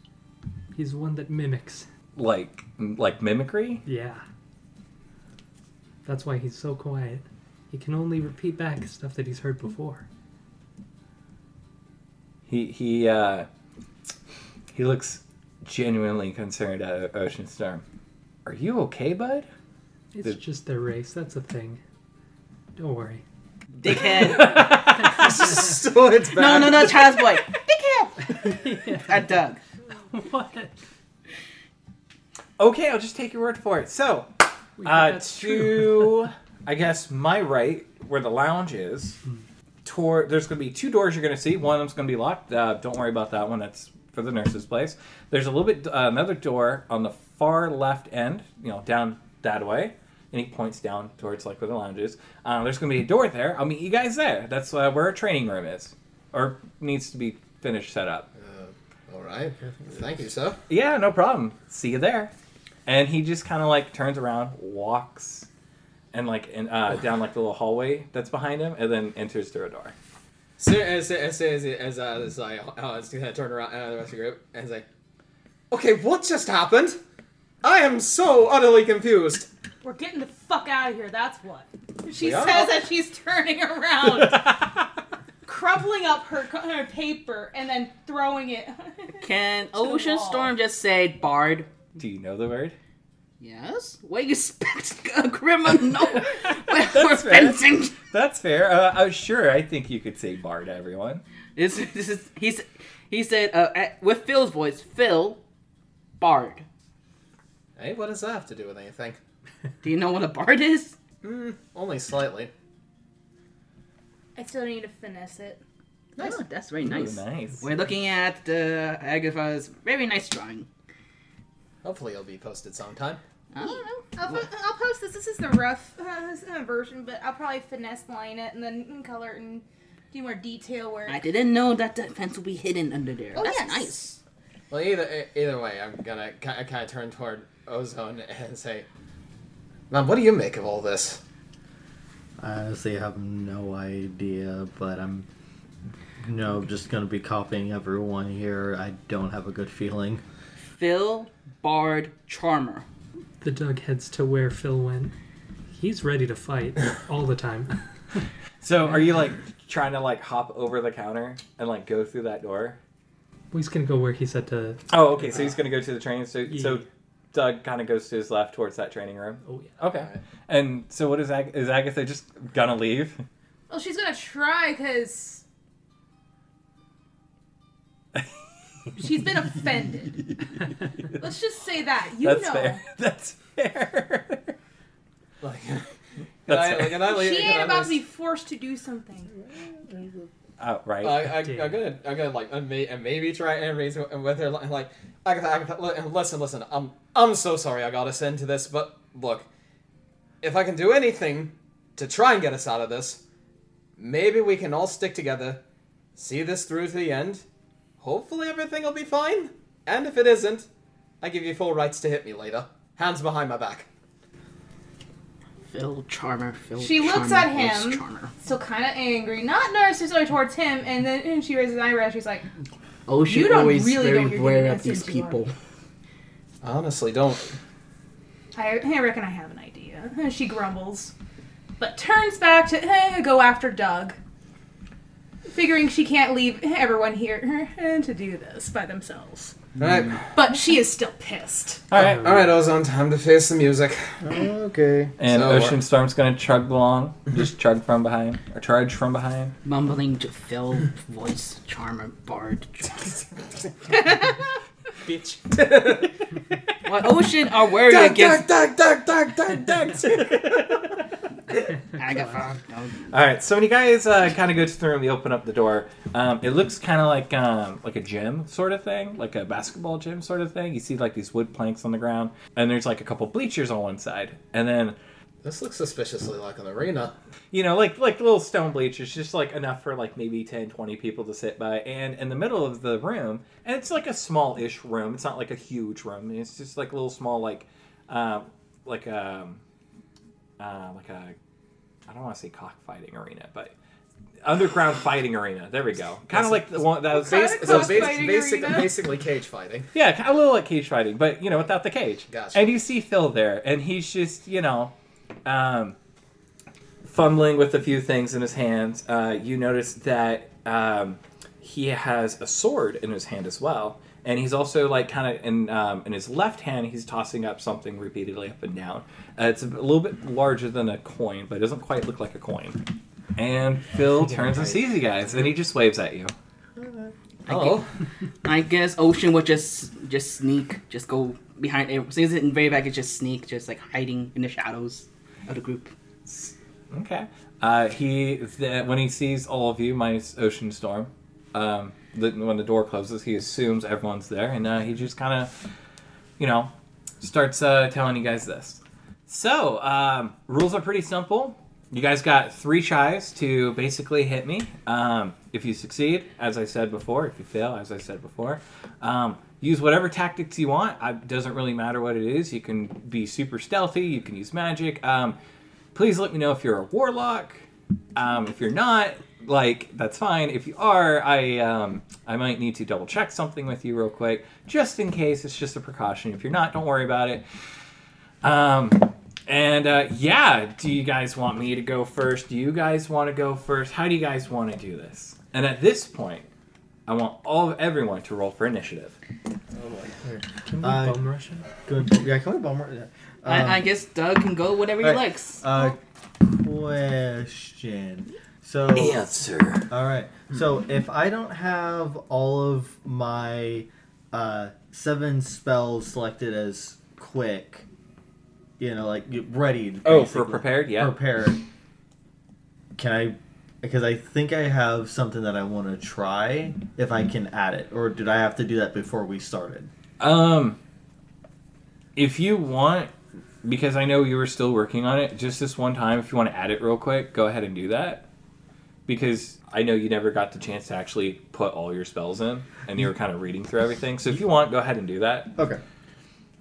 He's one that mimics. Like, like mimicry? Yeah. That's why he's so quiet. He can only repeat back stuff that he's heard before. He he uh, he looks genuinely concerned at Ocean Storm. Are you okay, bud? It's Did- just their race. That's a thing. Don't worry. Dickhead. so it's bad. no, no, no, child's boy. Dickhead. I dug. what? Okay, I'll just take your word for it. So, Wait, uh, that's to I guess my right, where the lounge is, toward there's going to be two doors you're going to see. One of them's going to be locked. Uh, don't worry about that one. That's for the nurse's place. There's a little bit uh, another door on the far left end. You know, down that way. And he points down towards like where the lounge is. Uh, there's going to be a door there. I'll meet you guys there. That's uh, where our training room is, or needs to be finished set up. All right. Thank you, sir. Yeah, no problem. See you there. And he just kind of like turns around, walks, and like in, uh, down like the little hallway that's behind him, and then enters through a door. So as as as as, uh, as I I was gonna turn around uh, the rest of the group and say, "Okay, what just happened? I am so utterly confused." We're getting the fuck out of here. That's what she We are. says as she's turning around, crumpling up her her paper and then throwing it. Can the Ocean wall. Storm just say Bard? Do you know the word? Yes. What do you expect a criminal with for That's fair. fencing? That's fair. Uh, uh, sure, I think you could say bard, everyone. This, this is he's he said uh, at- with Phil's voice. Phil, Bard. Hey, what does that have to do with anything? Do you know what a Bard is? Only slightly. I still need to finesse it. Nice. Oh, that's very nice. Ooh, nice. We're looking at uh, Agatha's very nice drawing. Hopefully, it'll be posted sometime. I don't know. I'll, po- I'll post this. This is the rough uh, version, but I'll probably finesse line it and then color it and do more detail work. I didn't know that the fence would be hidden under there. Oh, that's yes. nice. Well, either e- either way, I'm gonna kind of turn toward Ozone and say, "Mom, what do you make of all this?" I honestly have no idea, but I'm no just gonna be copying everyone here. I don't have a good feeling. Phil, Bard Charmer. The Doug heads to where Phil went. He's ready to fight all the time. So are you like trying to like hop over the counter and like go through that door? He's gonna go where he said to. Oh, okay. So he's gonna go to the training. So Yeah. so Doug kind of goes to his left towards that training room. Oh yeah. Okay. And so what is Ag- is Agatha just gonna leave? Well, she's gonna try because she's been offended. Let's just say that you That's know fair. That's fair. Like, That's I, fair. can I, she can I ain't about to leave? be forced to do something. Oh, right. I, I, I'm Damn. gonna, I'm gonna like, and may- and maybe try and raise it with her, like, like, Agatha, Agatha, li- listen, listen, I'm, I'm so sorry I got us into this, but look, if I can do anything to try and get us out of this, maybe we can all stick together, see this through to the end. Hopefully everything will be fine, and if it isn't, I give you full rights to hit me later. Hands behind my back. Phil Charmer. Phil She looks Charmer, at Phil him. Charmer. Still kind of angry, not necessarily towards him, and then and she raises an eyebrow. She's like, Ocean You don't Oh, always really know what very you're aware doing. of these That's who you are. people. I honestly don't. I, I reckon I have an idea. And she grumbles, but turns back to eh, go after Doug, figuring she can't leave everyone here eh, to do this by themselves. Alright, But she is still pissed. All right. alright, Ozone, time to face the music. Okay. And So- Ocean Storm's gonna chug along, just chug from behind or charge from behind. Mumbling to Phil, voice Charmer, Bard. Bitch. What Ocean are worried against duck, duck, duck, duck, duck. Agatha? No, All right. So when you guys uh, kind of go through and you open up the door, um, it looks kind of like um, like a gym sort of thing, like a basketball gym sort of thing. You see like these wood planks on the ground, and there's like a couple bleachers on one side, and then This looks suspiciously like an arena. you know like like little stone bleachers just like enough for like maybe 10 20 people to sit by and in the middle of the room and it's like a small-ish room it's not like a huge room it's just like a little small like um like um uh, like a i don't want to say cockfighting arena but underground fighting arena there we go kind of like the one that was Kinda based cool. So Cock bas- fighting basic, arena? basically cage fighting. yeah kind of a little like cage fighting but you know without the cage Gotcha. and you see phil there and he's just you know um fumbling with a few things in his hands, uh, you notice that um, he has a sword in his hand as well, and he's also like kind of in um, in his left hand he's tossing up something repeatedly up and down. Uh, it's a little bit larger than a coin, but it doesn't quite look like a coin. And Phil turns and sees you guys, and he just waves at you. Hello. I guess Ocean would just just sneak, just go behind. ev- Since it's in very back, it's just sneak, just like hiding in the shadows of the group. Okay. Uh, he th- when he sees all of you minus Ocean Storm, um, the, when the door closes, he assumes everyone's there, and uh, he just kind of, you know, starts uh, telling you guys this. So um, rules are pretty simple. You guys got three tries to basically hit me. Um, if you succeed, as I said before, if you fail, as I said before, um, use whatever tactics you want. It doesn't really matter what it is. You can be super stealthy. You can use magic. Um, please let me know if you're a warlock. Um, if you're not, like that's fine. If you are, I um, I might need to double check something with you real quick, just in case. It's just a precaution. If you're not, don't worry about it. Um, and uh, yeah, do you guys want me to go first? Do you guys want to go first? How do you guys want to do this? And at this point, I want all everyone to roll for initiative. Can we Uh, bum rush him? Good. Yeah, can we bomb? Uh, I, Um, I guess Doug can go whatever he alright. likes. uh, question. So. Answer. All right. So if I don't have all of my uh, seven spells selected as quick, you know, like get ready. Oh, for basically, prepared, yeah. Prepared. Can I? Because I think I have something that I want to try. If I can add it, or did I have to do that before we started? Um, if you want, because I know you were still working on it, just this one time, if you want to add it real quick, go ahead and do that. Because I know you never got the chance to actually put all your spells in, and you were kind of reading through everything. So if you want, go ahead and do that. Okay.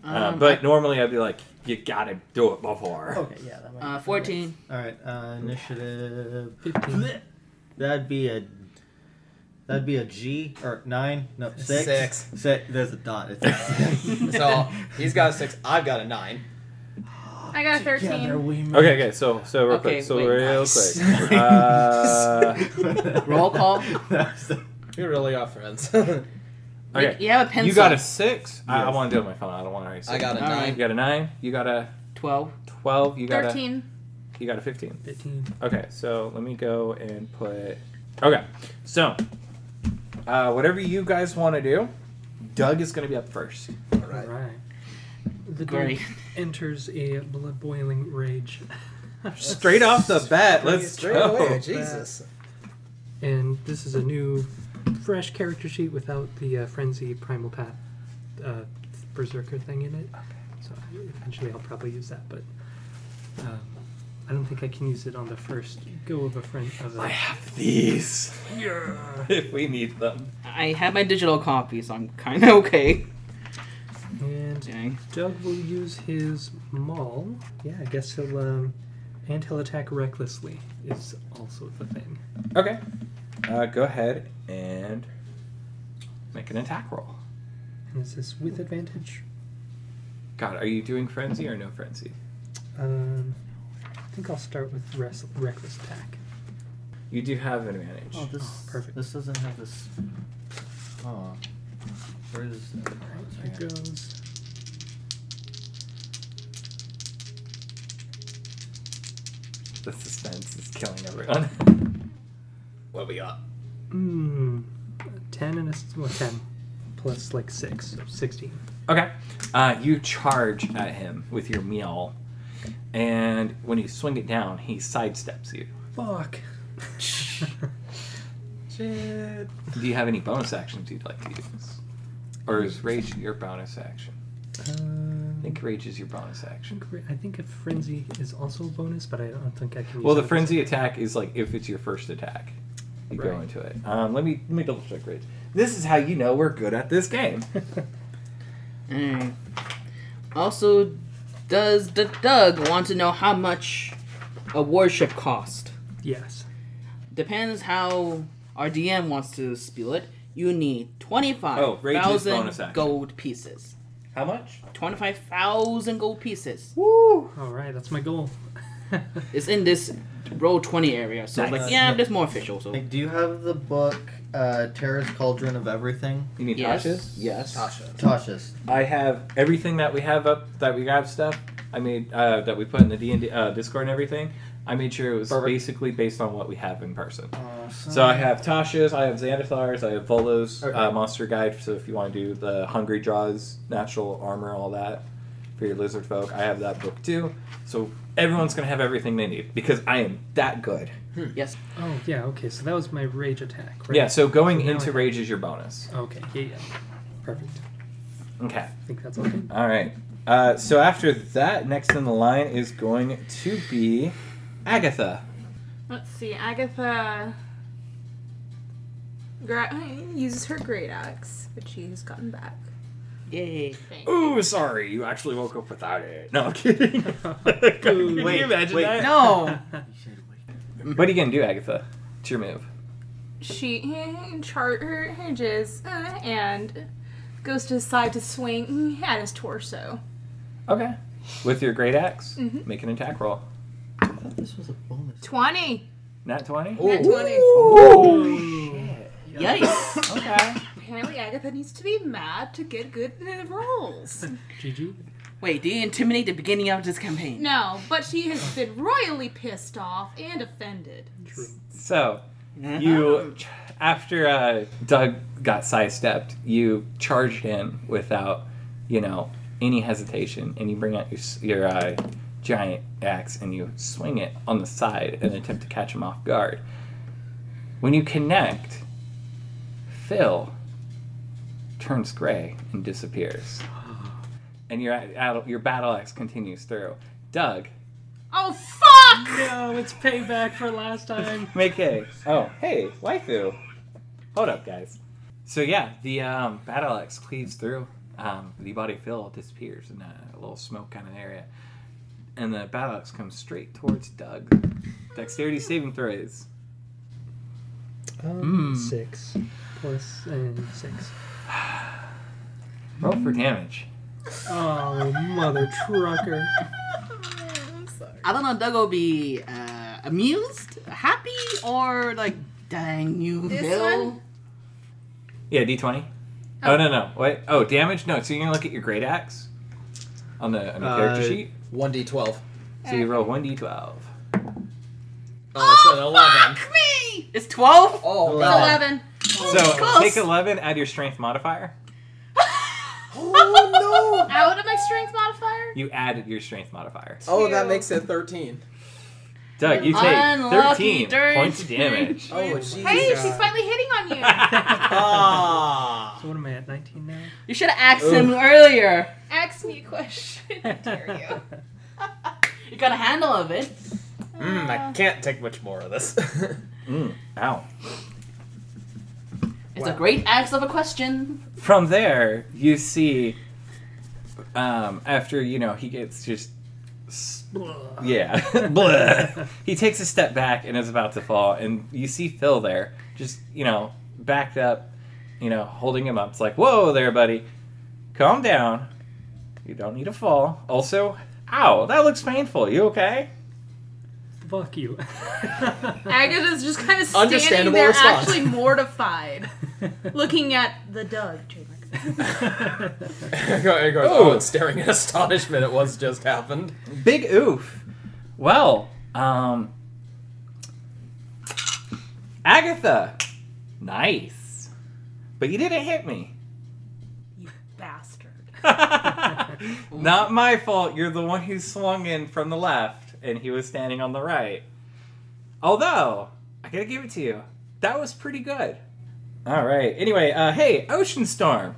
Um, uh, but normally I'd be like, you gotta do it before. Okay. Yeah. That might Uh, Fourteen. All right. Uh, initiative. Fifteen. That'd be a That'd be a G or nine? No, six. Six. Six. There's a dot. It's a six. So he's got a six. I've got a nine. I got a 13. we make- Okay, okay, so so real Okay, quick, so wait, real nice. quick. Uh, Roll call. That's- We really are friends. okay. You have a pencil. You got a six. I, I Yes. want to do it on my phone. I don't want to erase. I it. got a All You nine. got a nine. You got a twelve. twelve. You got 13. a you got a fifteen. 15. Okay, so let me go and put. Okay, so uh, whatever you guys want to do, Doug is going to be up first. All right. The Great. dude enters a blood boiling rage Uh, Straight off the bat, let's Straight go. away, Jesus. And this is a new, fresh character sheet without the uh, frenzy primal path uh, berserker thing in it. So eventually I'll probably use that, but um, I don't think I can use it on the first go of a friend of a. have these if we need them. I have my digital copy, so I'm kind of okay. And Dang. Doug will use his maul. Yeah, I guess he'll um, and he'll attack recklessly. Is also the thing. Okay, uh, go ahead and make an attack roll. And is this with advantage? God, are you doing frenzy or no frenzy? Um, I think I'll start with res- reckless attack. You do have an advantage. Oh, this perfect. This doesn't have this. Oh, where is? Here goes. The suspense is killing everyone. What we got? Mm, 10 and a s- well, 10 plus like 6, so 16. Okay. Uh, you charge at him with your meal, and when you swing it down, he sidesteps you. Fuck. Shit. Do you have any bonus actions you'd like to use? Or is rage your bonus action? I Um, think rage is your bonus action. I think a frenzy is also a bonus, but I don't think I can. Well, the use it. frenzy attack is like if it's your first attack, you go Right. into it. Um, let me let me double check rage. This is how you know we're good at this game. Dang. Mm. Also, does the Doug want to know how much a warship cost? Yes. Depends how our DM wants to spiel it. You need Oh, twenty-five rage is thousand bonus action. gold pieces. How much? Twenty-five thousand gold pieces. All right, that's my goal. Oh, It's in this roll twenty area, so it's Nice. like yeah, there's more official. So Like, do you have the book uh, Terra's Cauldron of Everything? You mean Yes. Tasha's? Yes. Tasha. Tasha's. I have everything that we have up that we grab stuff. I made uh, that we put in the D and D uh, Discord and everything. I made sure it was Perfect. basically based on what we have in person. Uh, So I have Tasha's, I have Xanathar's, I have Volo's uh, Okay. monster guide. So if you want to do the hungry draws, natural armor, all that for your lizard folk, I have that book too. So everyone's gonna have everything they need because I am that good. yes, Oh, yeah, okay, so that was my rage attack, right? Yeah. So going So now into I- rage is your bonus. Okay, yeah, yeah. Perfect. Okay. I think that's okay. All right. Uh, so after that, next in the line is going to be Agatha. Let's see. Agatha gra- uses her great axe, which she's gotten back. yay! Ooh, sorry, you actually woke up without it. No, I'm kidding. Can Wait, you imagine wait. that? No, What are you gonna do, Agatha? It's your move. She charges uh, and goes to his side to swing at his torso. Okay. Mm-hmm. With your great axe, make an attack roll. I thought this was a bonus. 20! Nat twenty. Nat 20. yikes! Okay. Apparently, Agatha needs to be mad to get good uh, rolls. GG. Wait, do you intimidate the beginning of this campaign? no, but she has been royally pissed off and offended. True. So you, after uh, Doug got sidestepped, you charged in without, you know, any hesitation, and you bring out your s- your uh, giant axe and you swing it on the side and attempt to catch him off guard. When you connect, Phil turns gray and disappears, and your a- your battle axe continues through. Doug, Oh, fuck! No, it's payback for last time. Make hay. Oh, hey, waifu. Hold up, guys. So yeah, the um, battle axe cleaves through. Um, the body of Phil disappears in a little smoke kind of area, and the battle axe comes straight towards Doug. Dexterity saving throws. Um, Mm. Six plus and six. Roll for damage. Oh, mother trucker. I'm sorry. I don't know. Doug will be uh, amused, happy, or like, dang you, This Bill. one? Yeah, d20. Oh, no, no. Wait. Oh, damage? No. So you're going to look at your great axe on the, on the character Uh, sheet. One d twelve. So you roll 1d12. Oh, it's an eleven. Fuck me! It's twelve. Oh, Eleven. God. Eleven. So Oh, close. take 11, add your strength modifier. Oh no! Out of my strength modifier. You added your strength modifier. Oh, that makes it thirteen. Doug, you take Unlucky 13 dirty points of damage. Oh, Jesus. Hey, she's finally hitting on you. Ah. So what am I at? Nineteen now. You should have asked him earlier. Ask me a question. I dare you. You got a handle of it. Mm, I can't take much more of this. Mm, ow. It's a great axe of a question. From there, you see, um, after, you know, he gets just. s- Yeah. Blah. He takes a step back and is about to fall, and you see Phil there, just, you know, backed up, you know, holding him up. It's like, whoa there, buddy. Calm down. You don't need to fall. Also, ow, that looks painful. You okay? Fuck you. Agatha's just kind of standing Understandable there, response. actually mortified, looking at the Doug trademark. It goes, oh, it's staring in astonishment at what's just happened. Big oof. Well, um, Agatha, nice. But you didn't hit me. You bastard. Not my fault. You're the one who swung in from the left, and he was standing on the right. Although, I gotta give it to you. That was pretty good. All right. Anyway, uh, hey, Ocean Storm,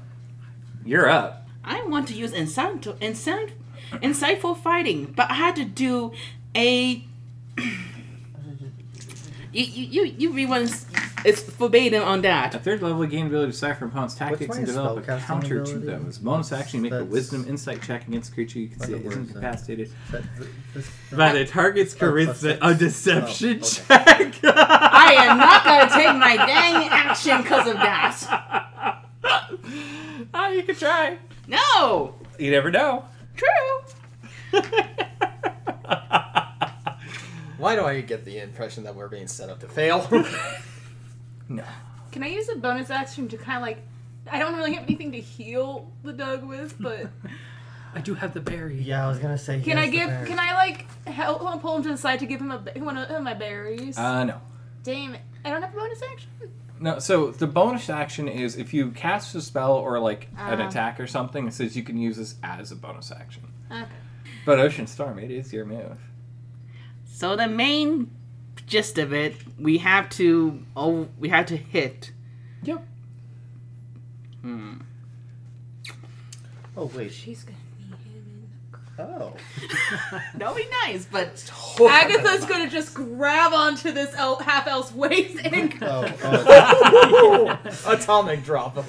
you're up. I want to use insight, insight, insightful fighting, but I had to do a. you, you, you, you everyone's. It's verbatim on A that. third level, you gain the ability to decipher opponent's tactics my and develop a spellcasting counter to ability? them. As a bonus action, make a That's- wisdom insight check against a creature you can Like see a that isn't word, uh, incapacitated That, this, by the target's plus charisma. six. A deception Oh, check. I am not gonna take my dang action because of that. oh, you could try. No! You never know. True! Why do I get the impression that we're being set up to fail? no. Can I use a bonus action to kind of like? I don't really have anything to heal the Doug with, but I do have the berry. yeah, I was gonna say. can I give? Can I like help him pull him to the side to give him a ba- one of my berries? Uh, no. Damn it! I don't have a bonus action. No, so the bonus action is if you cast a spell or like an Ah. attack or something, it says you can use this as a bonus action. Okay. But Ocean Storm, it is your move. So the main gist of it, we have to oh we have to hit. Yep. Oh wait. She's gonna be him. Oh. That would be nice, but Agatha's gonna just grab onto this el- half elf's waist and Oh. oh. Atomic drop.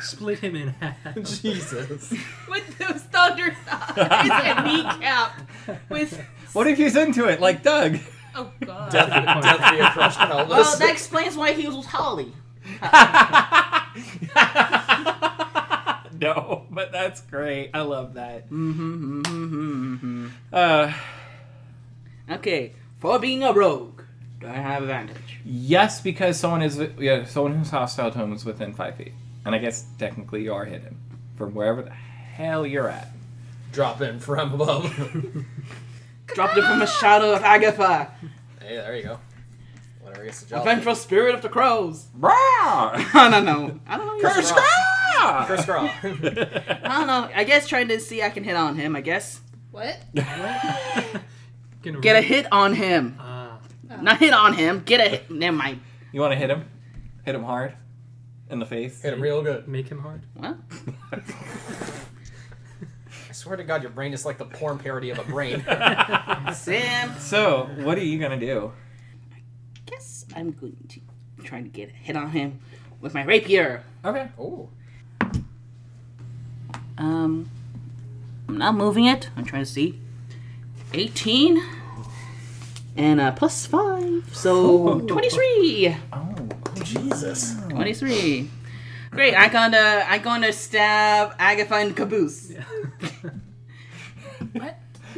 Split him in half. Jesus. with those thunder thighs and kneecap with. What if he's into it, like Doug? Oh god. Death, death via crushed pelvis. well that explains why he was Holly. no, but that's great. I love that. Mm-hmm, mm-hmm, mm-hmm. Uh, Okay, for being a rogue, do I have advantage? yes, because someone is yeah, someone who's hostile to him is within five feet, and I guess technically you are hidden from wherever the hell you're at. Drop in from above. Dropped it from the shadow of Agatha. hey, there you go. Whatever gets the job. done. Vengeful spirit of the crows. Brah! I don't know. I don't know. Curse I Chris Craw. don't know. I guess trying to see I can hit on him. I guess What? Gonna get a roll- hit on him. Ah, Not hit on him. Get a hit. Never mind. You want to hit him? Hit him hard in the face. Hit him real good. make him hard. What? I swear to God, your brain is like the porn parody of a brain. Sam. So, what are you gonna do? Guess I'm going to try to get a hit on him with my rapier. Okay. Ooh. Um, I'm not moving it. I'm trying to see. 18 and uh, plus 5, so 23. Oh, Jesus. 23. Great, I'm gonna I'm gonna stab Agatha in the caboose.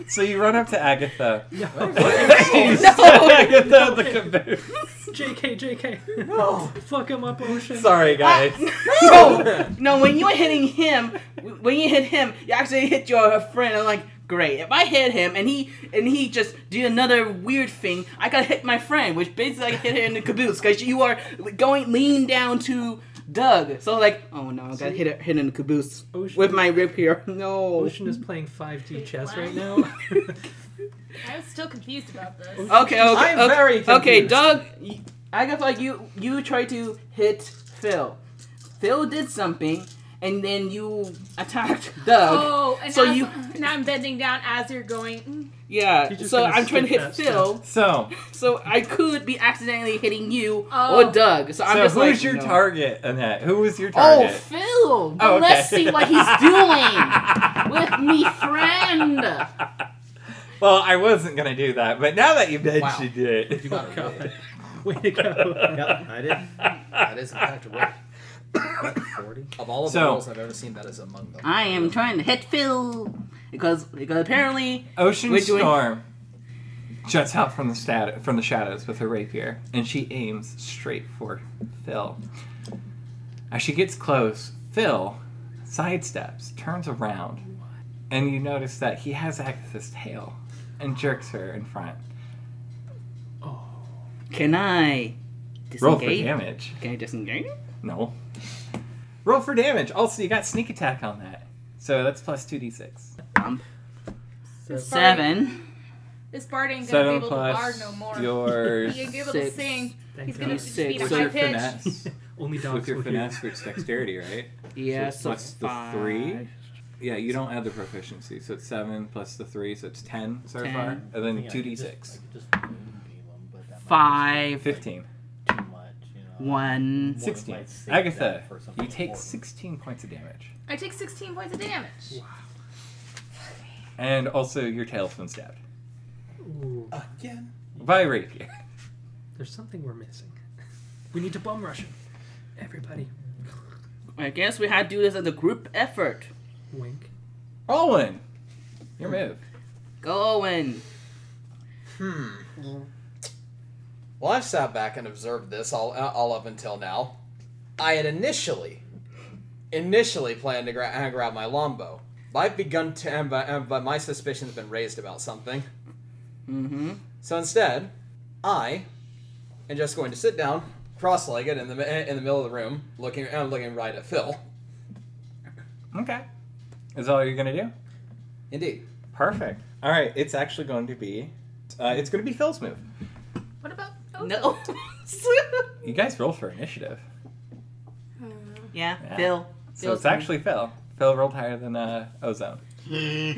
So you run up to Agatha. No! Agatha the caboose. JK, JK. No. Fuck him up, Ocean. Sorry, guys. Ah. no! No, when you were hitting him, when you hit him, you actually hit your friend. I'm like, great. If I hit him and he and he just did another weird thing, I gotta hit my friend, which basically I hit her in the caboose because you are going lean down to Doug. So like, oh no, I gotta hit her, hit in the caboose Ocean- with my rib here. No. Ocean is playing 5D chess right now. I was still confused about Oh, this. Okay, okay, I'm okay, very okay, confused. Doug. y- I guess like you you tried to hit Phil. Phil did something, and then you attacked Doug. Oh, and So now, you- now I'm bending down as you're going. mm. Yeah, You're just so gonna I'm trying to skip hit that Phil, So, so I could be accidentally hitting you Oh. or Doug. So I'm so just who's like, your no. target, Annette? Who was your Oh, target? Phil! But Oh, okay. Let's see what he's doing with me, friend. Well, I wasn't gonna do that, but now that you Wow. mentioned it, You got it. right. Way to go. Yep, I did. That is in fact right. What, 40? Of all of the So- roles I've ever seen, that is among them. I am trying to hit Phil because because apparently Ocean We're doing- Storm juts out from the stat- from the shadows with her rapier, and she aims straight for Phil. As she gets close, Phil sidesteps, turns around, and you notice that he has Agatha's tail and jerks her in front. can I Roll for disengage? damage. Can I disengage? No. Roll for damage. Also, you got sneak attack on that, so that's plus two d six. This bard- Seven. This bard ain't gonna be Seven able to bar plus no more. your He ain't be able Six. to sing. Thank He's God. gonna Six. just be a What's What's your high pitch. finesse? Only dogs With your will hear. finesse, which dexterity, right? Yeah, So so what's the five. three? Yeah, you don't add the proficiency, so it's seven plus the three, so it's ten so far, Ten. and then Yeah, two I d could just- six. I could just moonbeam him, but that might Five. Fifteen. be too much, you know. One. One Sixteen. might save Agatha, that for something you take important. sixteen points of damage, I take 16 points of damage. and also your tail's been stabbed Ooh, Uh, Again. by a rapier. there's something we're missing. We need to bum rush him. Everybody, I guess we had to do this as a group effort. wink. Roland, your move. Go Owen. Well, I've sat back and observed this all, uh, all up until now. I had initially, initially planned to gra- uh, grab my longbow. But I've begun to, and but, and but my suspicion's been raised about something. Mm-hmm. So instead, I am just going to sit down, cross-legged in the mi- in the middle of the room, looking I'm looking right at Phil. Okay, is all you're gonna do? Indeed. Perfect. All right, it's actually going to be, uh, it's going to be Phil's move. What about those? No. You guys roll for initiative. yeah, Yeah. Phil. So it's actually Phil. Phil rolled higher than uh, Ozone. he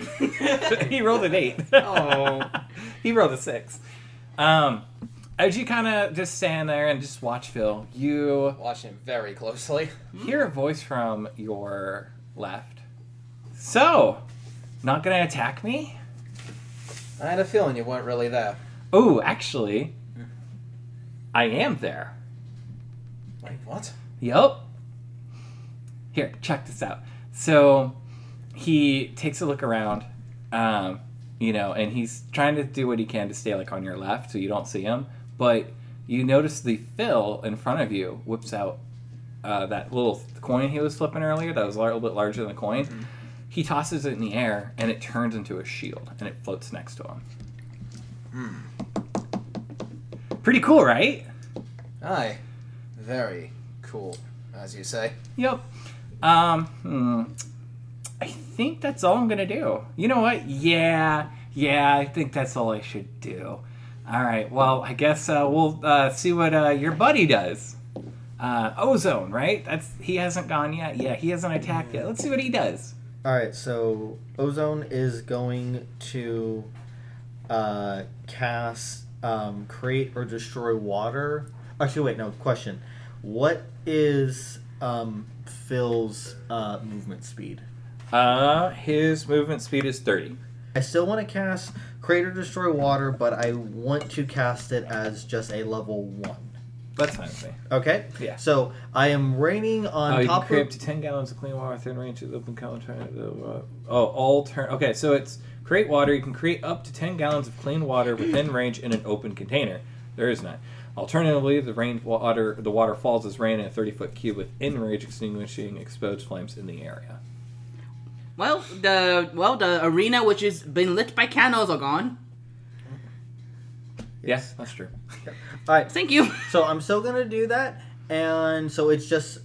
rolled an eight. Oh. he rolled a six. Um, as you kind of just stand there and just watch Phil, you Watch him very closely. hear a voice from your left. So, not gonna attack me? I had a feeling you weren't really there. Oh, actually, I am there. Wait, what? Yup. Here, check this out. So he takes a look around, um, you know, and he's trying to do what he can to stay like on your left so you don't see him. But you notice the Phil in front of you whips out uh, that little coin he was flipping earlier that was a little bit larger than the coin. He tosses it in the air and it turns into a shield and it floats next to him. Pretty cool, right? Aye. Very cool, as you say. Yep. Um, hmm. I think that's all I'm gonna do. You know what? Yeah, yeah. I think that's all I should do. All right. Well, I guess uh, we'll uh, see what uh, your buddy does. Uh, Ozone, right? That's he hasn't gone yet. Yeah, he hasn't attacked yet. Let's see what he does. All right, so Ozone is going to uh, cast um, create or destroy water. Actually, wait, no. Question: What is um, Phil's uh, movement speed? Uh, his movement speed is thirty. I still want to cast create or destroy water, but I want to cast it as just a level one. That's fine with me. Okay. Yeah. So I am raining Oh, on you can top create of up to 10 gallons of clean water within range of the open column. Uh, oh, all turn. Okay, so it's create water. You can create up to 10 gallons of clean water within range in an open container. There is none. Alternatively, the rain water the water falls as rain in a 30 foot cube within range, extinguishing exposed flames in the area. Well, the well the arena which has been lit by candles are gone. Yes, that's true. All right. Thank you. So I'm still gonna do that, and so it's just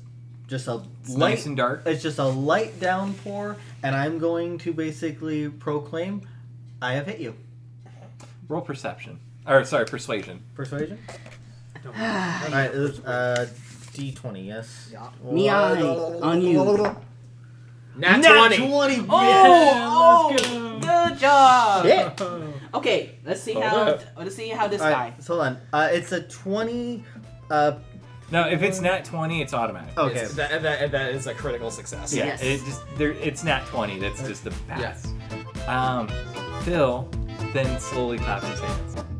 just a It's light. nice and dark. it's just a light downpour, and I'm going to basically proclaim, "I have hit you." Roll perception. Or, sorry, persuasion. Persuasion. No. All right. It was, uh, D20. Yes. Me eye on you. Nat, Nat 20. 20. Oh, let's oh, good job. Shit. Okay, let's see Hold how up. let's see how this All guy. right. So hold on. Uh, it's a 20. Uh, No, if it's nat 20, it's automatic. okay. It's- That, that, that is a critical success. Yeah, Yes. it just there, it's not twenty. That's just a pass. Um, Phil then slowly claps his hands.